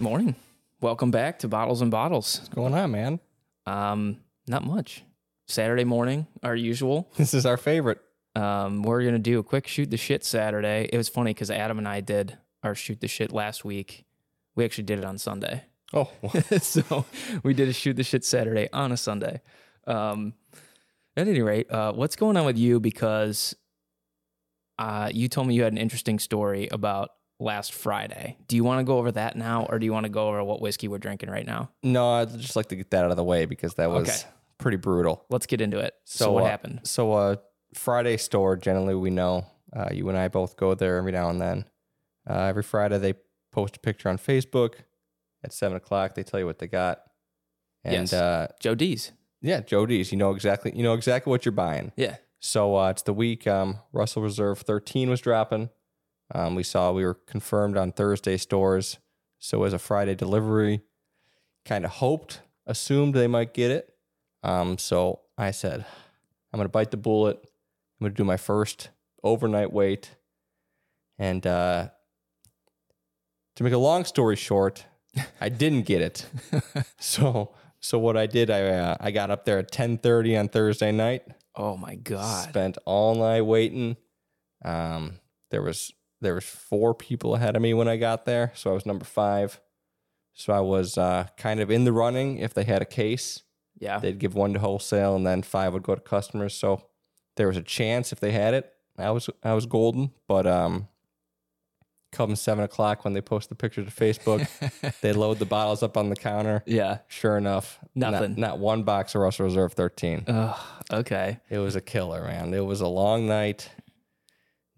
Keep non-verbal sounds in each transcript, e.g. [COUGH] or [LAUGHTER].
Morning. Welcome back to Bottles and Bottles. What's going on, man? Um, not much. Saturday morning, our usual. This is our favorite. Um, we're gonna do a quick shoot the shit Saturday. It was funny because Adam and I did our shoot the shit last week. We actually did it on Sunday, [LAUGHS] Oh, so we did a shoot the shit Saturday on a Sunday. Um, at any rate, uh, what's going on with you? Because uh, you told me you had an interesting story about last Friday. Do you want to go over that now, or do you want to go over what whiskey we're drinking right now? [LAUGHS] no, I'd just like to get that out of the way because that was Okay. pretty brutal. Let's get into it. So, what uh, happened? So, uh, Friday store, generally, we know uh, you and I both go there every now and then. Uh, every Friday, they post a picture on Facebook at seven o'clock. They tell you what they got. And Yes. uh, Joe D's. yeah, Jody's, you know exactly, you know exactly what you're buying. Yeah. So uh, it's the week um, Russell Reserve 13 was dropping. Um, we saw we were confirmed on Thursday stores. So as a Friday delivery, kind of hoped, assumed they might get it. Um, so I said, I'm going to bite the bullet. I'm going to do my first overnight wait. And uh, to make a long story short, I didn't get it. so so what I did, I uh, I got up there at 10:30 on Thursday night. Oh my god. Spent all night waiting. Um, there was there was four people ahead of me when I got there, so I was number five. So I was uh, kind of in the running. If they had a case, [LAUGHS] yeah. they'd give one to wholesale, and then five would go to customers. So there was a chance if they had it. I was I was golden, but um, come seven o'clock when they post the picture [LAUGHS] to Facebook, they load the bottles up on the counter. yeah. Sure enough, not- Nothing. not one box of Russell Reserve thirteen. Ugh, okay. It was a killer, man. It was a long night.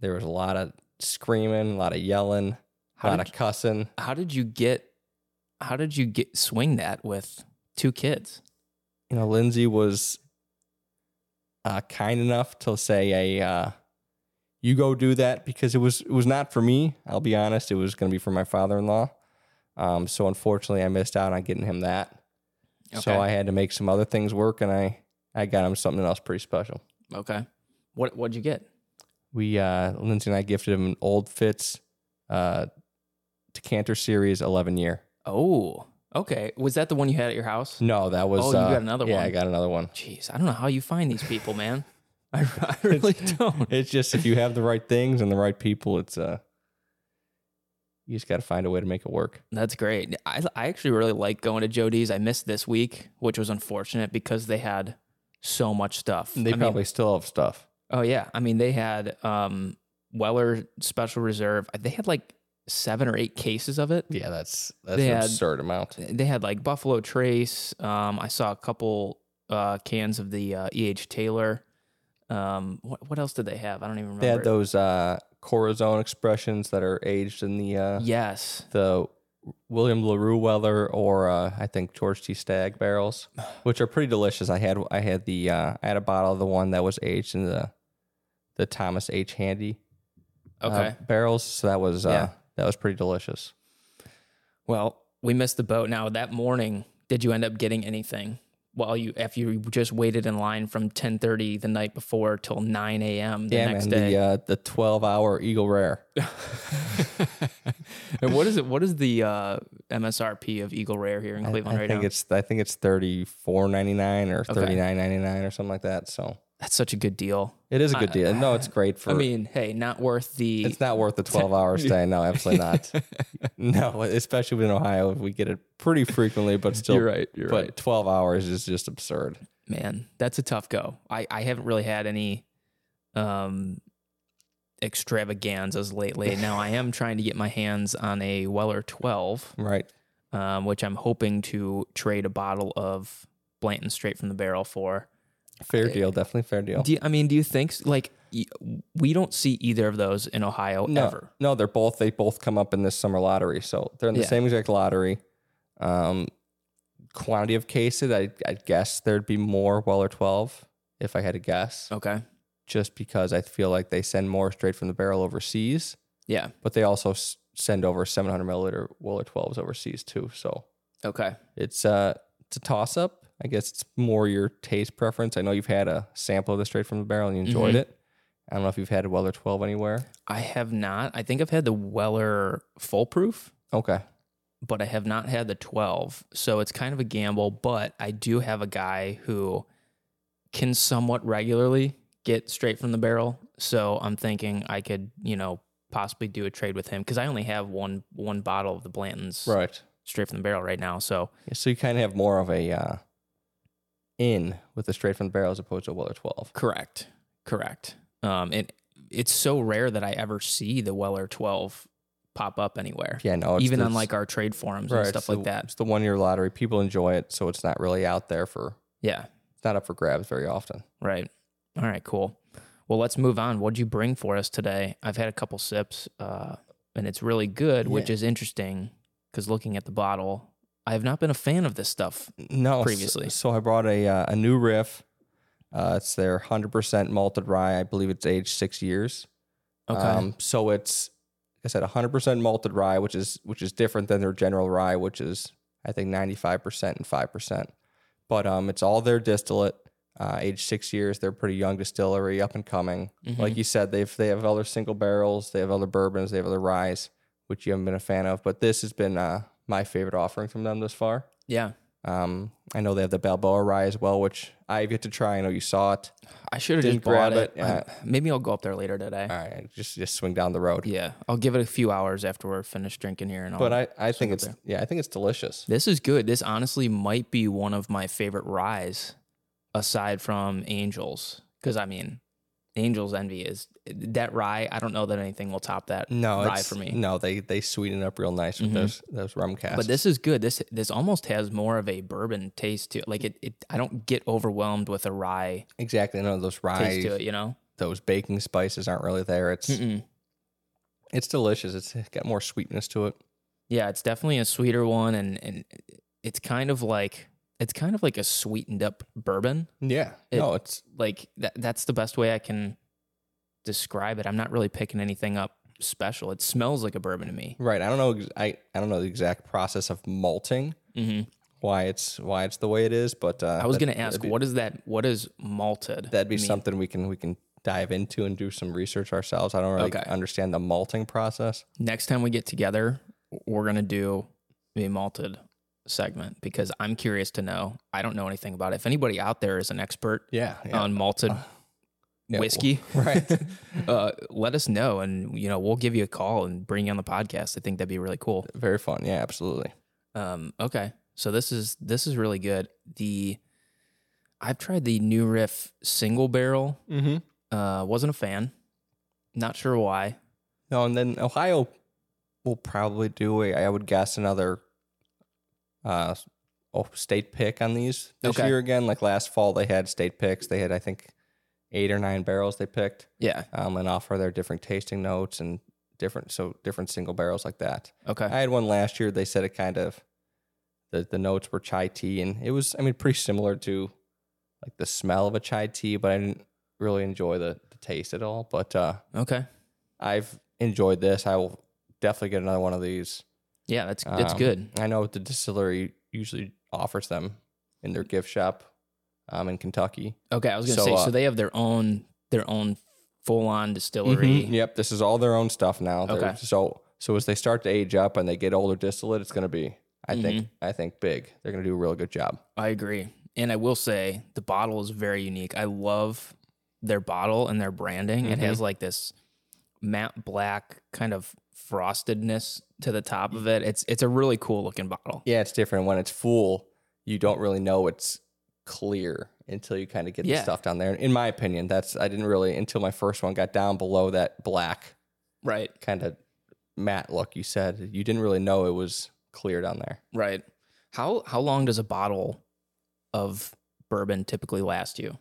There was a lot of screaming, a lot of yelling, a How lot did of cussing. How did you get? How did you get swing that with two kids? You know, Lindsay was uh, kind enough to say, "A uh, you go do that," because it was it was not for me. I'll be honest; it was going to be for my father in law. Um, so unfortunately, I missed out on getting him that. Okay. So I had to make some other things work, and I I got him something else pretty special. Okay. What What'd you get? we uh Lindsay and I gifted him an old Fitz uh decanter series 11 year. Oh. Okay. Was that the one you had at your house? No, that was Oh, you uh, got another Yeah, one. I got another one. Jeez, I don't know how you find these people, man. [LAUGHS] I, I [LAUGHS] really don't. It's just if you have the right things and the right people, it's uh you just got to find a way to make it work. That's great. I, I actually really like going to Jody's. I missed this week, which was unfortunate because they had so much stuff. They I mean, probably still have stuff. Oh yeah, I mean they had um Weller Special Reserve. They had like seven or eight cases of it. Yeah, that's that's They an had- absurd amount. They had like Buffalo Trace. Um, I saw a couple uh, cans of the uh, E. H. Taylor. Um, what what else did they have? I don't even remember. They had those uh Corazon expressions that are aged in the uh Yes. the William LaRue Weller or uh, I think George T. [SIGHS] Stagg barrels, which are pretty delicious. I had I had the uh, I had a bottle of the one that was aged in the the Thomas H. Handy uh, Okay. barrels. So that was uh, Yeah. that was pretty delicious. well, we missed the boat. Now that morning, did you end up getting anything? While you, after you just waited in line from ten thirty the night before till nine a.m. the yeah, next man, day. the uh, the twelve hour Eagle Rare. [LAUGHS] and what is it? What is the uh, MSRP of Eagle Rare here in I, Cleveland I right think now? it's I think it's thirty four ninety nine or Okay. thirty nine ninety nine or something like that. So That's such a good deal. it is a good deal. No, it's great for. I mean, hey, not worth the. It's not worth [LAUGHS] the 12 hour stay. No, absolutely not. no, especially in Ohio, we get it pretty frequently, but still. right. You're but 12 hours is just absurd. Man, that's a tough go. I I haven't really had any, um, extravaganzas [LAUGHS] lately. now I am trying to get my hands on a Weller twelve, Right. um, which I'm hoping to trade a bottle of Blanton straight from the barrel for. Fair deal. Definitely fair deal. Do you, I mean, do you think s- like y- we don't see either of those in Ohio no, ever? no, they're both, they both come up in this summer lottery. So they're in the Yeah. same exact lottery. Um, quantity of cases, I, I guess there'd be more Weller 12 if I had to guess, Okay. just because I feel like they send more straight from the barrel overseas. Yeah. but they also s- send over 700 milliliter Willer 12s overseas too. So Okay. it's uh it's a toss up. I guess it's more your taste preference. I know you've had a sample of this straight from the barrel and you enjoyed Mm-hmm. it. I don't know if you've had a Weller 12 anywhere. I have not. I think I've had the Weller foolproof, Okay. but I have not had the 12. So it's kind of a gamble, but I do have a guy who can somewhat regularly get straight from the barrel. So I'm thinking I could, you know, possibly do a trade with him because I only have one one bottle of the Blantons Right. straight from the barrel right now. So Yeah, so you kind of have more of a uh, in with the straight from the barrel as opposed to a Weller 12. Correct. Correct. Um, and it's so rare that I ever see the Weller 12 pop up anywhere, Yeah, no. It's even it's- on like our trade forums right, and it's stuff the- like that. It's the one year lottery. People enjoy it, so it's not really out there for, Yeah. it's not up for grabs very often. Right. All right. Cool. Well, let's move on. What'd you bring for us today? I've had a couple sips, uh, and it's really good, which Yeah. is interesting because looking at the bottle, I have not been a fan of this stuff. No, so- Previously. So, I brought a uh, a new riff. Uh, it's their hundred percent malted rye. I believe it's aged six years. Okay. Um, so it's like I said hundred percent malted rye, which is which is different than their general rye, which is I think ninety five percent and five percent. But um, it's all their distillate, uh, aged six years. They're a pretty young distillery, up and coming. Mhm. Like you said, they've they have other single barrels, they have other bourbons, they have other ryes, which you haven't been a fan of. But this has been uh, my favorite offering from them thus far. yeah. Um, I know they have the Balboa rye as well, which I've yet to try. I know you saw it. I should have Didn't just bought grab it. it, yeah. Uh, I- maybe I'll go up there later today. All right, just just swing down the road. Yeah. I'll give it a few hours after we're finished drinking here and all. But I, I think up it's yeah, I think it's delicious. This is good. This honestly might be one of my favorite ryes, aside from Angels. Because I mean, Angels Envy is that rye. I don't know that anything will top that No, rye it's- for me. No, they they sweeten it up real nice with Mhm. those those rum casks. But this is good. This this almost has more of a bourbon taste to it. Like it, it I don't get overwhelmed with a rye exactly, no, those rye, taste to it. You know. those baking spices aren't really there. It's Mm-mm. it's delicious. It's got more sweetness to it. Yeah, it's definitely a sweeter one, and and it's kind of like it's kind of like a sweetened up bourbon. Yeah, It- no, it's like that that's the best way I can describe it. I'm not really picking anything up special. It smells like a bourbon to me. right. I don't know. ex- I I don't know the exact process of malting. hmm Why it's why it's the way it is, but uh, I was that- going to ask, that'd be- what is that? What is malted? that'd be mean? something we can we can dive into and do some research ourselves. I don't really Okay. understand the malting process. Next time we get together, we're going to do a malted segment because I'm curious to know. I don't know anything about it. If anybody out there is an expert Yeah, Uh, on malted Yeah, whiskey, [LAUGHS] right. [LAUGHS] uh, let us know, and you know we'll give you a call and bring you on the podcast. I think that'd be really cool. Very fun. Yeah, absolutely. Um, okay. So this is this is really good. The I've tried the new riff single barrel. Mm-hmm. Uh wasn't a fan. Not sure why. No, and then Ohio will probably do a, I would guess another uh oh, state pick on these this Okay. year again. Like last fall they had state picks. They had I think eight or nine barrels they picked Yeah. um and offer their different tasting notes and different so different single barrels like that. Okay. I had one last year they said it kind of the the notes were chai tea and it was I mean pretty similar to like the smell of a chai tea, but I didn't really enjoy the, the taste at all. But uh okay. I've enjoyed this. I will definitely get another one of these. Yeah, that's that's Um, good. I know the distillery usually offers them in their gift shop um, in Kentucky. Okay, I was gonna so, say uh, so they have their own their own full on distillery. Mm-hmm. Yep, this is all their own stuff now. They're- Okay. So so as they start to age up and they get older distillate, it's going to be I think Mm-hmm. I think big. They're going to do a real good job. I agree. And I will say the bottle is very unique. I love their bottle and their branding. It Mhm. has like this matte black kind of frostedness to the top of it. It's it's a really cool looking bottle. Yeah, it's different when it's full. You don't really know it's clear until you kind of get Yeah. the stuff down there. In my opinion, that's I didn't really until my first one got down below that black Right. kind of matte look you said you didn't really know it was clear down there Right. How how long does a bottle of bourbon typically last you?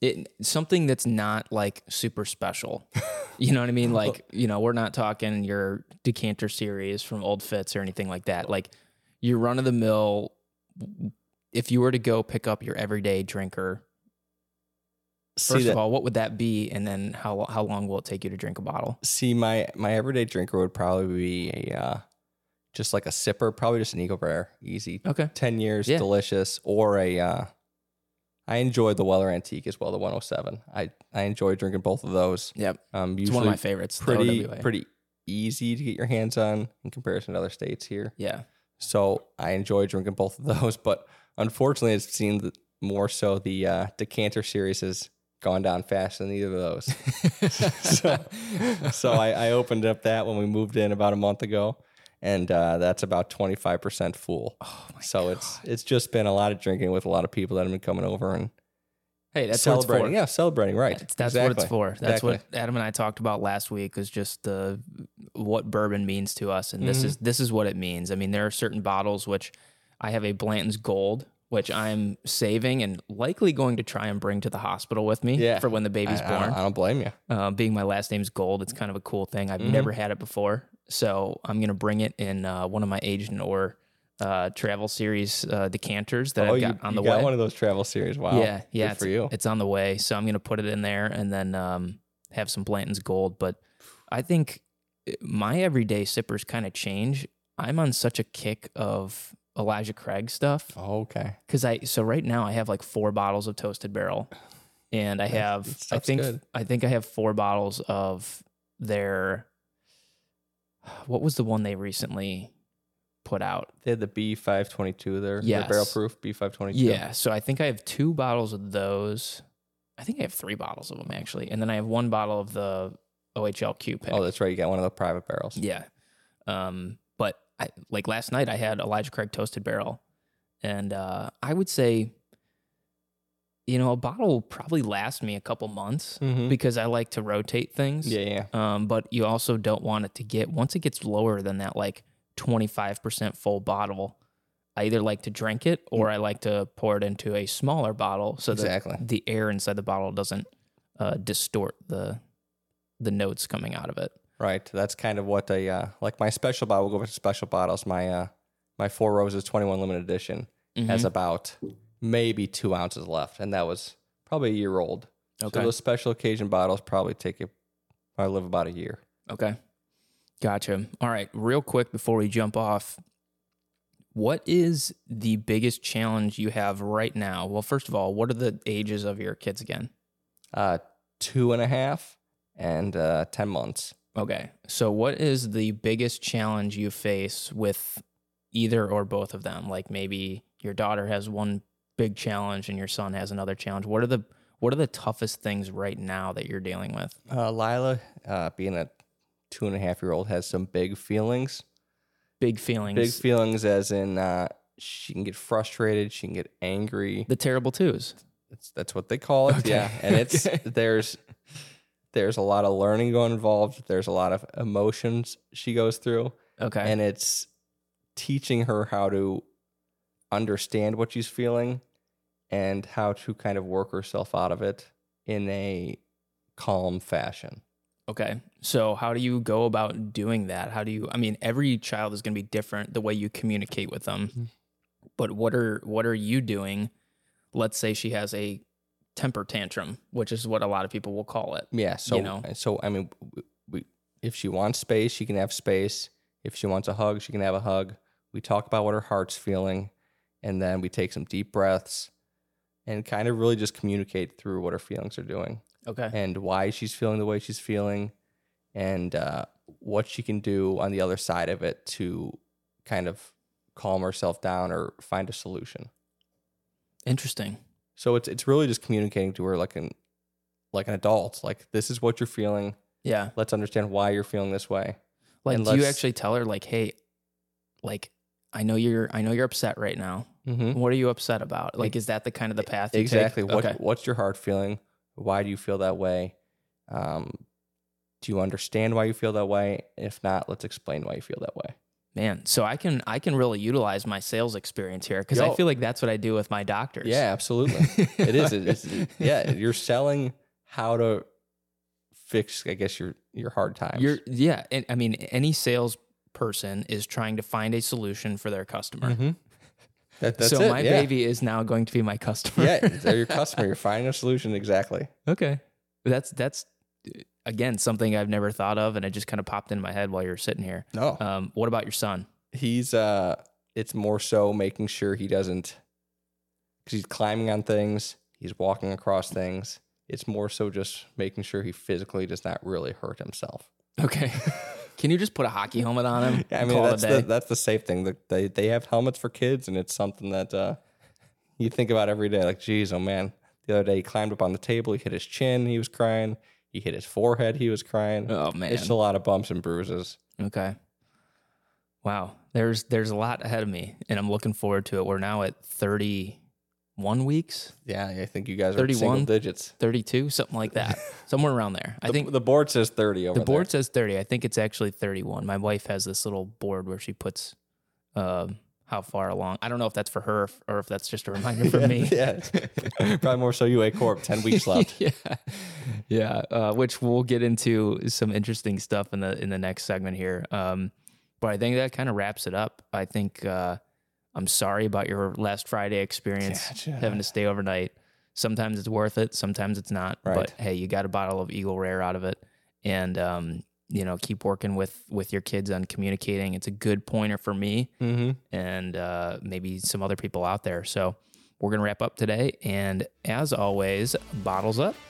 It something that's not like super special. [LAUGHS] You know what I mean? Like, you know, we're not talking your decanter series from Old Fitz or anything like that. Like your run of the mill if you were to go pick up your everyday drinker, first see of all, what would that be? And then how how long will it take you to drink a bottle? see my my everyday drinker would probably be a uh, just like a sipper probably just an eagle rare easy Okay. 10 years Yeah. delicious or a uh i enjoyed the weller antique as well the 107 i i enjoy drinking both of those Yep. um usually It's one of my favorites. the pretty OWA. pretty easy to get your hands on in comparison to other states here. Yeah. So I enjoy drinking both of [LAUGHS] those, but unfortunately, it's seen that more so the uh, decanter series has gone down faster than either of those. [LAUGHS] so so I, I opened up that when we moved in about a month ago, and uh, that's about twenty five percent full. oh my so it's it's just been a lot of drinking with a lot of people that have been coming over and Hey, that's what it's celebrating. for. Yeah, celebrating. Right. That's, that's what it's Exactly. for. That's what Adam and I talked about last week is just the what bourbon means to us, and this Mhm. is this is what it means. I mean, there are certain bottles which I have a Blanton's Gold, which I'm saving and likely going to try and bring to the hospital with me Yeah. for when the baby's I, I born. don't, I don't blame you. uh, being my last name's Gold, it's kind of a cool thing. I've Mhm. never had it before, so I'm gonna bring it in uh, one of my Agent or uh, Travel Series uh, decanters that oh, I've you, got on you the got way. one of those travel series. Wow. Yeah, yeah. Good it's, for you. It's on the way, so I'm gonna put it in there and then um, have some Blanton's Gold. But I think uh, my everyday sippers kind of change. I'm on such a kick of Elijah Craig stuff Okay. because I so right now I have like four bottles of Toasted Barrel, and I have that I stuff's think good. I think I have four bottles of their. What was the one they recently put out? They had the B five twenty two there. Yeah. Yes. Barrel proof B five twenty two. Yeah. So I think I have two bottles of those. I think I have three bottles of them actually, and then I have one bottle of the OHLQ pick. Oh, that's right. You got one of the private barrels. yeah. Um, but I, like last night, I had Elijah Craig Toasted Barrel, and uh, I would say, you know, a bottle will probably last me a couple months Mhm. because I like to rotate things. Yeah, yeah. Um, but you also don't want it to get once it gets lower than that like 25% full bottle. I either like to drink it or I like to pour it into a smaller bottle so Exactly. that the air inside the bottle doesn't uh, distort the the notes coming out of it. Right. That's kind of what I uh, like. My special bottle. We'll go back to special bottles. My uh, my Four Roses twenty one limited edition has Mm-hmm. about maybe two ounces left, and that was probably a year old. Okay. So those special occasion bottles probably take you. I live about a year. Okay. Gotcha. All right. Real quick before we jump off, what is the biggest challenge you have right now? Well, first of all, what are the ages of your kids again? Uh, two and a half and uh, ten months. Okay. So, what is the biggest challenge you face with either or both of them? Like maybe your daughter has one big challenge and your son has another challenge. What are the what are the toughest things right now that you're dealing with? Uh, Lila, uh, being a two and a half year old, has some big feelings. Big feelings. Big feelings, as in uh, she can get frustrated, she can get angry. the terrible twos. It's, that's what they call it. Okay. Yeah, and it's [LAUGHS] Okay. there's there's a lot of learning going involved. There's a lot of emotions she goes through, Okay. and it's teaching her how to understand what she's feeling and how to kind of work herself out of it in a calm fashion. Okay. So how do you go about doing that? How do you I mean every child is going to be different the way you communicate with them. Mhm. But what are what are you doing? Let's say she has a temper tantrum, which is what a lot of people will call it. Yeah. So know? so I mean, w- we, if she wants space, she can have space. If she wants a hug, she can have a hug. We talk about what her heart's feeling, and then we take some deep breaths, and kind of really just communicate through what her feelings are doing Okay. and why she's feeling the way she's feeling, and uh, what she can do on the other side of it to kind of calm herself down or find a solution. Interesting. So it's it's really just communicating to her like an like an adult. Like this is what you're feeling. Yeah. let's understand why you're feeling this way. Like And do you let's- actually tell her like, "Hey, like I know you're I know you're upset right now. What are you upset about?" Like is that the kind of Mm-hmm. the path you take? Hmm? E Exactly. What Okay. What's your heart feeling? Why do you feel that way? Um, do you understand why you feel that way? If not, let's explain why you feel that way. Man, so I can I can really utilize my sales experience here cuz I Yo. feel like that's what I do with my doctors. Yeah, [LAUGHS] absolutely. it is. It, it's, yeah, you're selling how to fix, I guess, your your hard times. You're yeah, and I mean any salesperson is trying to find a solution for their customer. Mhm. That, that's mm-hmm. so it. my yeah. baby is now going to be my customer. yeah, they're your customer. You're finding a solution exactly. okay. That's that's again something I've never thought of and it just kind of popped into my head while you're sitting here. No, Um, what about your son? he's uh it's more so making sure he doesn't because he's climbing on things he's walking across things it's more so just making sure he physically does not really hurt himself Okay. [LAUGHS] Can you just put a hockey helmet on him? [LAUGHS] Yeah, I and mean call it a that's day? the that's the safe thing. The, they they have helmets for kids, and it's something that uh, you think about every day. Like, geez, oh man, the other day he climbed up on the table, he hit his chin, he was crying. He hit his forehead, he was crying. Oh man. It's just a lot of bumps and bruises. Okay. Wow. There's there's a lot ahead of me, and I'm looking forward to it. We're now at 31 weeks, Yeah, I think you guys are at 31? single digits. 32, something like [LAUGHS] that, somewhere around there. I The, think the board says thirty over the board says 30. I think it's actually 31. My wife has this little board where she puts um, how far along. I don't know if that's for her or if that's just a reminder for [LAUGHS] there. me. [LAUGHS] yeah, probably more so. You a corp, ten weeks [LAUGHS] left. yeah, yeah. Uh, which we'll get into some interesting stuff in the in the next segment here. Um, but I think that kind of wraps it up. I think uh, I'm sorry about your last Friday experience, Gotcha. having to stay overnight. Sometimes it's worth it, sometimes it's not. But Right. hey, you got a bottle of Eagle Rare out of it, and um, you know, keep working with with your kids on communicating. It's a good pointer for me Mm-hmm. and uh, maybe some other people out there. So we're gonna wrap up today, and as always, bottles up.